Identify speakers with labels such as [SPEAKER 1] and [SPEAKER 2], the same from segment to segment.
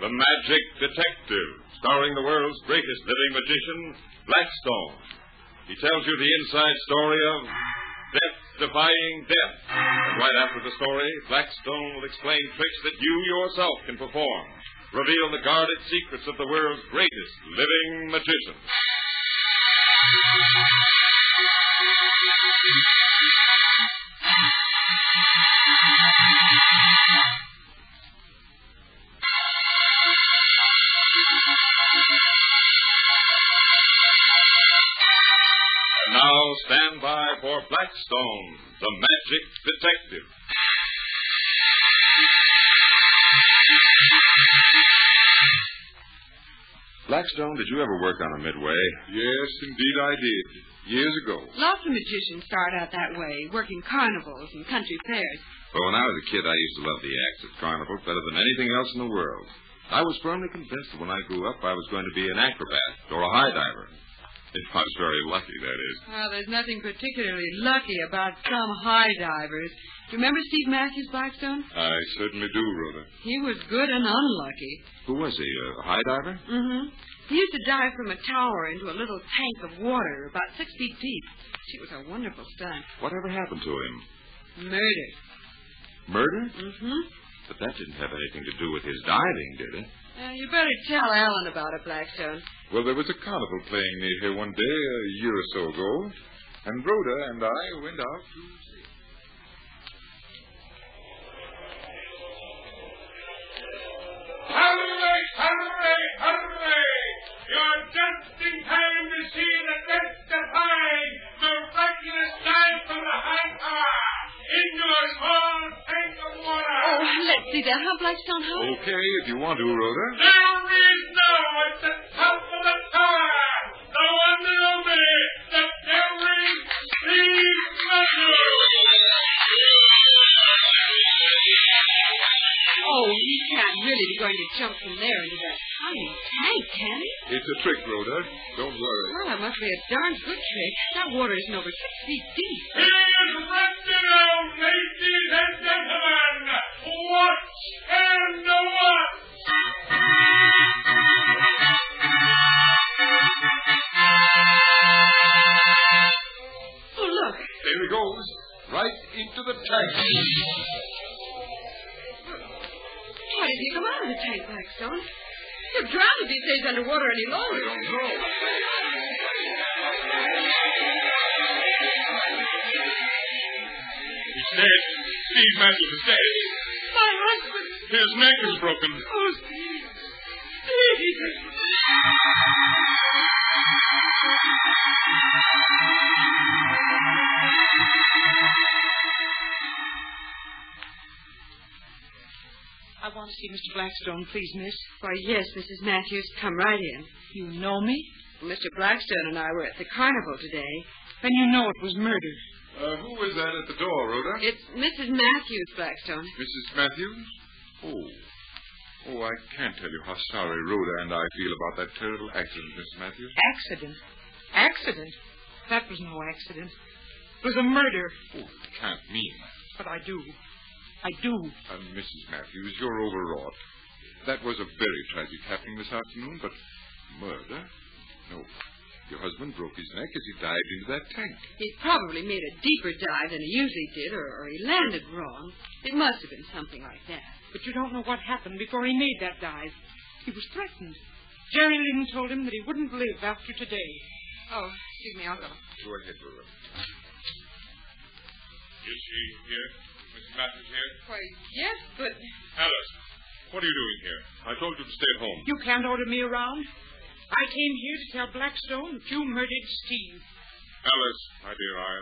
[SPEAKER 1] The Magic Detective, starring the world's greatest living magician, Blackstone. He tells you the inside story of death defying death. And right after the story, Blackstone will explain tricks that you yourself can perform, reveal the guarded secrets of the world's greatest living magician. And now stand by for Blackstone, the magic detective. Blackstone, did you ever work on a midway?
[SPEAKER 2] Yes, indeed I did. Years ago.
[SPEAKER 3] Lots of magicians start out that way, working carnivals and country fairs.
[SPEAKER 1] But when I was a kid, I used to love the acts of carnivals better than anything else in the world. I was firmly convinced that when I grew up, I was going to be an acrobat or a high diver. If I was very lucky, that is.
[SPEAKER 3] Well, there's nothing particularly lucky about some high divers. Do you remember Steve Matthews Blackstone?
[SPEAKER 2] I certainly do, Rhoda.
[SPEAKER 3] He was good and unlucky.
[SPEAKER 1] Who was he? A high diver?
[SPEAKER 3] Mm-hmm. He used to dive from a tower into a little tank of water about six feet deep. It was a wonderful stunt.
[SPEAKER 1] Whatever happened to him?
[SPEAKER 3] Murder.
[SPEAKER 1] Murder?
[SPEAKER 3] Mm-hmm.
[SPEAKER 1] But that didn't have anything to do with his diving, did it?
[SPEAKER 3] Uh, you better tell Alan about it, Blackstone.
[SPEAKER 2] Well, there was a carnival playing near here one day a year or so ago, and Rhoda and I went out to see.
[SPEAKER 4] Hurry, hurry, hurry! You're just in time to see the death defying, miraculous dive from the high tower into a small tank of water.
[SPEAKER 3] Oh, let's see that, huh, Blackstone? Huh?
[SPEAKER 2] Okay, if you want to, Rhoda.
[SPEAKER 4] There is now at the top of the tower the one and only, the very Steve Matthews.
[SPEAKER 3] Oh, he can't really be going to jump from there into that tiny tank, can he?
[SPEAKER 2] It's a trick, Rhoda. Don't worry.
[SPEAKER 3] Well, that must be a darn good trick. That water isn't over six feet deep.
[SPEAKER 4] Here's what you know, ladies and gentlemen. Watch and watch.
[SPEAKER 3] Oh, look.
[SPEAKER 2] There he goes, right into the tank.
[SPEAKER 3] Why did he come out of the tank, Blackstone? He'll drown if he stays underwater any longer.
[SPEAKER 2] Don't know.
[SPEAKER 4] He's dead. Steve Matthews is dead.
[SPEAKER 3] My husband.
[SPEAKER 4] His neck is broken.
[SPEAKER 3] Oh, Steve. Steve.
[SPEAKER 5] I want to see Mr. Blackstone, please, miss.
[SPEAKER 3] Why, yes, Mrs. Matthews, come right in.
[SPEAKER 5] You know me?
[SPEAKER 3] Mr. Blackstone and I were at the carnival today.
[SPEAKER 5] And you know it was murder.
[SPEAKER 2] Uh, who was that at the door, Rhoda?
[SPEAKER 3] It's Mrs. Matthews Blackstone.
[SPEAKER 2] Mrs. Matthews? Oh. Oh, I can't tell you how sorry Rhoda and I feel about that terrible accident, Mrs. Matthews.
[SPEAKER 5] Accident. Accident? That was no accident. It was a murder.
[SPEAKER 2] Oh, you can't mean
[SPEAKER 5] But I do. I do.
[SPEAKER 2] that. Uh, Mrs. Matthews, you're overwrought. That was a very tragic happening this afternoon, but murder? No. Your husband broke his neck as he dived into that tank.
[SPEAKER 3] He probably made a deeper dive than he usually did, or, or he landed wrong. It must have been something like that.
[SPEAKER 5] But you don't know what happened before he made that dive. He was threatened. Jerry Lynn told him that he wouldn't live after today.
[SPEAKER 3] Oh, excuse me, I'll
[SPEAKER 2] Go
[SPEAKER 3] go.
[SPEAKER 2] ahead, Rhoda.
[SPEAKER 4] Is she here? Mrs. Matthews here?
[SPEAKER 3] Why, yes, but
[SPEAKER 4] Alice, what are you doing here? I told you to stay at home.
[SPEAKER 5] You can't order me around. I came here to tell Blackstone that you murdered Steve.
[SPEAKER 4] Alice, my dear, I,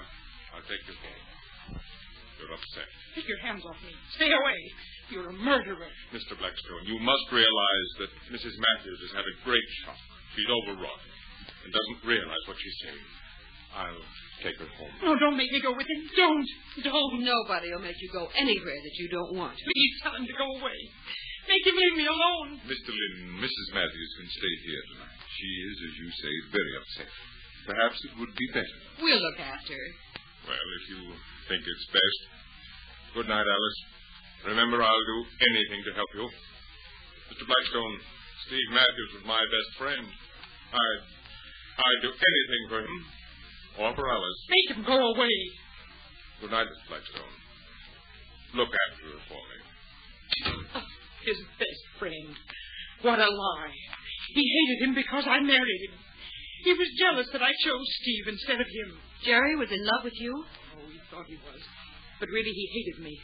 [SPEAKER 4] I'll take you home. You're upset.
[SPEAKER 5] Take your hands off me. Stay away. You're a murderer.
[SPEAKER 4] Mr. Blackstone, you must realize that Mrs. Matthews is having great shock. She's overwrought and doesn't realize what she's saying. I'll take her home.
[SPEAKER 5] No, don't make me go with him. Don't. Don't.
[SPEAKER 3] nobody will make you go anywhere that you don't want.
[SPEAKER 5] Please tell him to go away. Make him leave me alone.
[SPEAKER 2] Mr. Lynn, Mrs. Matthews can stay here tonight. She is, as you say, very upset. Perhaps it would be better.
[SPEAKER 3] We'll look after her.
[SPEAKER 4] Well, if you think it's best. Good night, Alice. Remember, I'll do anything to help you. Mr.
[SPEAKER 1] Blackstone, Steve Matthews is my best friend. I'd, I'd do anything for him or for Alice.
[SPEAKER 5] Make him go away.
[SPEAKER 1] Good night, Miss Blackstone. Look after her for me.
[SPEAKER 5] His best friend. What a lie. He hated him because I married him. He was jealous that I chose Steve instead of him.
[SPEAKER 3] Jerry was in love with you?
[SPEAKER 5] Oh, he thought he was. But really, he hated me.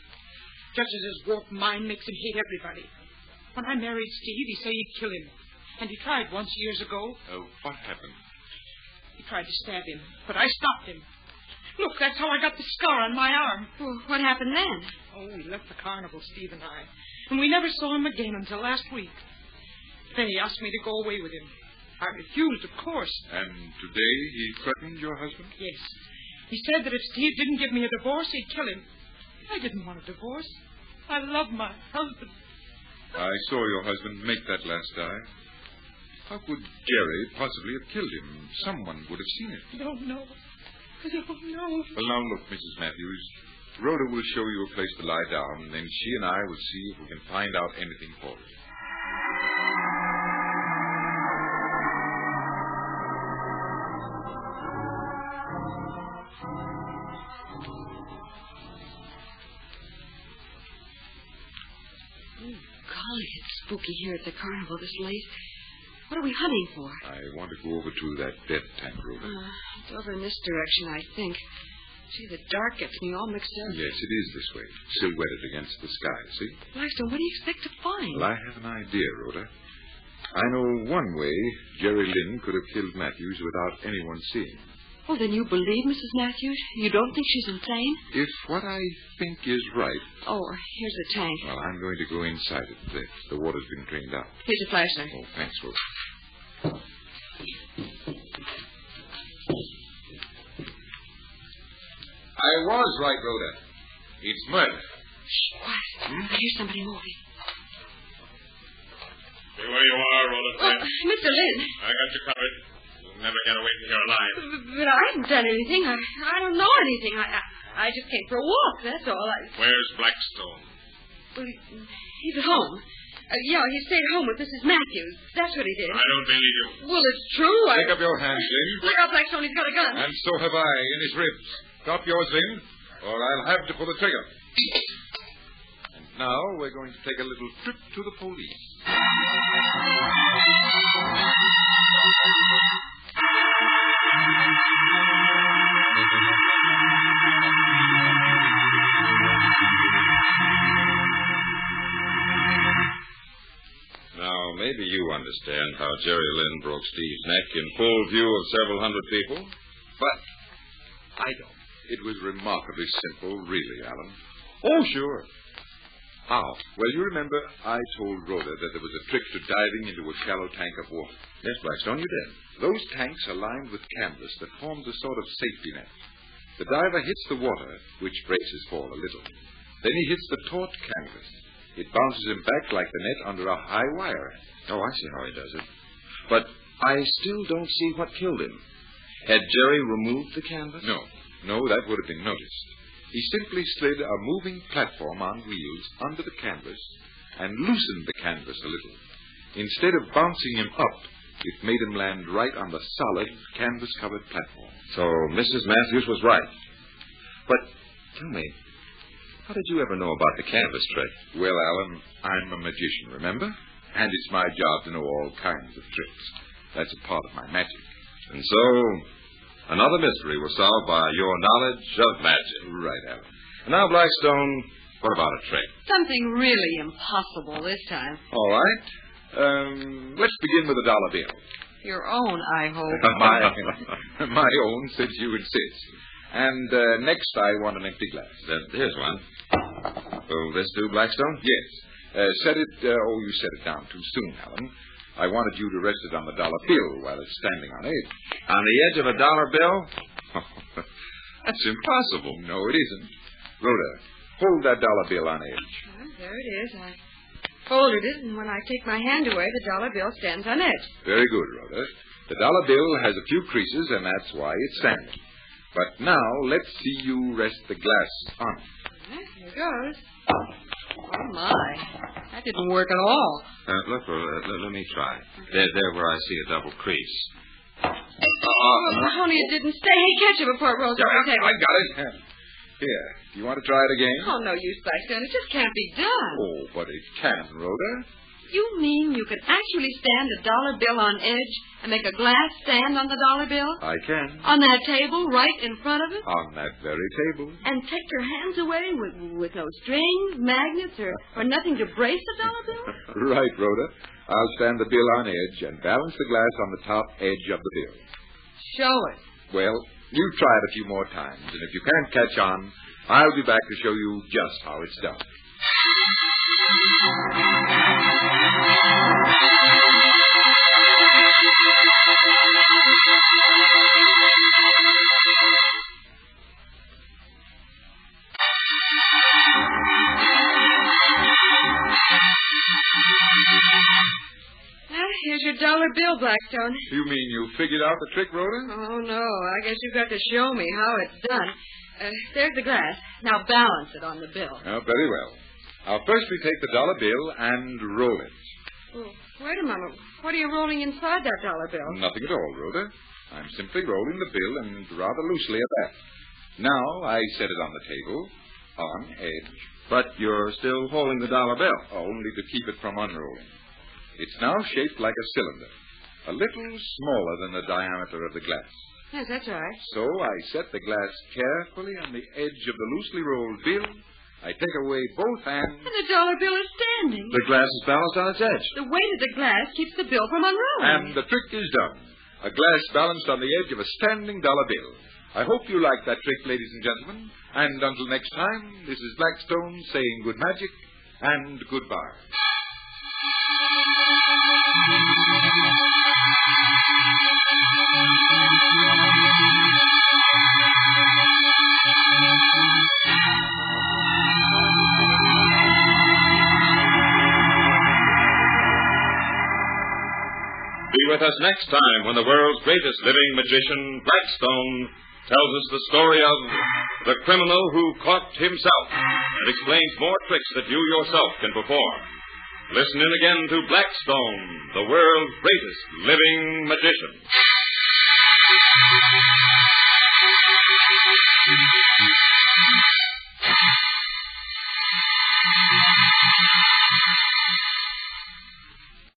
[SPEAKER 5] Just as his warped mind makes him hate everybody. When I married Steve, he said he'd kill him. And he tried once years ago.
[SPEAKER 2] Oh, what happened?
[SPEAKER 5] He tried to stab him, but I stopped him. Look, that's how I got the scar on my arm.
[SPEAKER 3] Well, what happened then?
[SPEAKER 5] Oh, we left the carnival, Steve and I. And we never saw him again until last week. Then he asked me to go away with him. I refused, of course.
[SPEAKER 2] And today he threatened your husband?
[SPEAKER 5] Yes. He said that if Steve didn't give me a divorce, he'd kill him. I didn't want a divorce. I love my husband.
[SPEAKER 2] I saw your husband make that last dive. How could Jerry possibly have killed him? Someone would have seen it.
[SPEAKER 5] I don't know. I don't know.
[SPEAKER 2] Well, now look, Mrs. Matthews. Rhoda will show you a place to lie down, then she and I will see if we can find out anything for you.
[SPEAKER 3] Golly, it's spooky here at the carnival this late. What are we hunting for?
[SPEAKER 2] I want to go over to that death tank, Rhoda.
[SPEAKER 3] Uh, it's over in this direction, I think. Gee, the dark gets me all mixed up.
[SPEAKER 2] Yes, it is this way, silhouetted against the sky, see?
[SPEAKER 3] Blackstone, what do you expect to find?
[SPEAKER 2] Well, I have an idea, Rhoda. I know one way Jerry Lynn could have killed Matthews without anyone seeing.
[SPEAKER 3] Oh, then you believe Mrs. Matthews? You don't think she's insane?
[SPEAKER 2] If what I think is right,
[SPEAKER 3] Oh, here's the tank.
[SPEAKER 2] well, I'm going to go inside it. The, the water's been drained out.
[SPEAKER 3] Here's a flashlight.
[SPEAKER 2] Oh, thanks, Rhoda. I was right, Rhoda. It's murder.
[SPEAKER 3] Shh, quiet. I hear Uh, somebody moving.
[SPEAKER 1] Be where you are, Rhoda.
[SPEAKER 3] Oh, Mr. Lynn.
[SPEAKER 1] I got you covered. You'll never get away from here alive.
[SPEAKER 3] But, but I haven't done anything. I, I don't know anything. I, I, I just came for a walk, that's all. I,
[SPEAKER 1] Where's Blackstone?
[SPEAKER 3] well, he's at home. Uh, yeah, he stayed at home with Mrs. Matthews. That's what he did.
[SPEAKER 1] I don't believe you.
[SPEAKER 3] Well, it's true. I...
[SPEAKER 2] Take up your hands, Lynn.
[SPEAKER 3] Look out, Blackstone. He's got a gun.
[SPEAKER 2] And so have I, in his ribs. Drop yours, Lynn, or I'll have to pull the trigger. And now we're going to take a little trip to the police.
[SPEAKER 1] Now, maybe you understand how Jerry Lynn broke Steve's neck in full view of several hundred people.
[SPEAKER 2] But I don't. It was remarkably simple, really, Alan. Oh, sure. How? Well, you remember I told Rhoda that there was a trick to diving into a shallow tank of water. Yes, Blackstone, you did. Those tanks are lined with canvas that forms a sort of safety net. The diver hits the water, which breaks his fall a little. Then he hits the taut canvas. It bounces him back like the net under a high wire.
[SPEAKER 6] Oh, I see how he does it. But I still don't see what killed him. Had Jerry removed the canvas?
[SPEAKER 2] No, no, that would have been noticed. He simply slid a moving platform on wheels under the canvas and loosened the canvas a little. Instead of bouncing him up, it made him land right on the solid, canvas covered platform.
[SPEAKER 6] So Mrs. Matthews was right. But tell me, how did you ever know about the canvas trick?
[SPEAKER 2] Well, Alan, I'm a magician, remember? And it's my job to know all kinds of tricks. That's a part of my magic.
[SPEAKER 6] And so, another mystery was solved by your knowledge of magic.
[SPEAKER 2] Right, Alan.
[SPEAKER 6] And now, Blackstone, what about a trick?
[SPEAKER 3] Something really impossible this time.
[SPEAKER 2] All right. Um, let's begin with a dollar bill.
[SPEAKER 3] Your own, I hope.
[SPEAKER 2] my, my own, since you insist. And uh, next, I want an empty glass. Oh,
[SPEAKER 6] Then here's one. Will this do, Blackstone?
[SPEAKER 2] Yes. Uh, set it. Uh, oh, you set it down too soon, Alan. I wanted you to rest it on the dollar bill while it's standing on it.
[SPEAKER 6] On the edge of a dollar bill? That's impossible.
[SPEAKER 2] No, it isn't. Rhoda, hold that dollar bill on edge.
[SPEAKER 3] Well, there it is. I folded it, and when I take my hand away, the dollar bill stands on edge.
[SPEAKER 2] Very good, Rhoda. The dollar bill has a few creases, and that's why it's standing. But now let's see you rest the glass on. it.
[SPEAKER 3] Well, here goes. Oh, my. That didn't work at all.
[SPEAKER 2] Uh-huh.
[SPEAKER 6] Uh, look, uh, let, let me try. There, there where I see a double crease. Uh,
[SPEAKER 3] Well, Mahoney, Oh, it didn't stay. Hey, catch it before it rolls off the table.
[SPEAKER 2] got it. Here. You want to try it again?
[SPEAKER 3] Oh, no use, Blackstone. It just can't be done.
[SPEAKER 2] Oh, but it can, Rhoda.
[SPEAKER 3] You mean you can actually stand a dollar bill on edge and make a glass stand on the dollar bill?
[SPEAKER 2] I can.
[SPEAKER 3] On that table right in front of it?
[SPEAKER 2] On that very table.
[SPEAKER 3] And take your hands away with, with no strings, magnets, or, or nothing to brace the dollar bill?
[SPEAKER 2] Right, Rhoda. I'll stand the bill on edge and balance the glass on the top edge of the bill.
[SPEAKER 3] Show it.
[SPEAKER 2] Well, you try it a few more times, and if you can't catch on, I'll be back to show you just how it's done.
[SPEAKER 3] Ah, here's your dollar bill, Blackstone.
[SPEAKER 2] You mean you figured out the trick, Rhoda?
[SPEAKER 3] Oh, no. I guess you've got to show me how it's done. Uh, there's the glass. Now balance it on the bill.
[SPEAKER 2] Oh, very well. Now, first we take the dollar bill and roll it.
[SPEAKER 3] Oh, wait a moment. What are you rolling inside that dollar bill?
[SPEAKER 2] Nothing at all, Rhoda. I'm simply rolling the bill, and rather loosely at that. Now, I set it on the table, on edge,
[SPEAKER 6] but you're still holding the dollar bill.
[SPEAKER 2] only to keep it from unrolling. It's now shaped like a cylinder, a little smaller than the diameter of the glass.
[SPEAKER 3] Yes, that's right.
[SPEAKER 2] So I set the glass carefully on the edge of the loosely rolled bill. I take away both hands.
[SPEAKER 3] And the dollar bill is standing.
[SPEAKER 6] The glass is balanced on its edge.
[SPEAKER 3] The weight of the glass keeps the bill from unrolling.
[SPEAKER 2] And the trick is done. A glass balanced on the edge of a standing dollar bill. I hope you like that trick, ladies and gentlemen. And until next time, this is Blackstone saying good magic and goodbye.
[SPEAKER 1] Be with us next time when the world's greatest living magician, Blackstone, tells us the story of the criminal who caught himself and explains more tricks that you yourself can perform. Listen in again to Blackstone, the world's greatest living magician.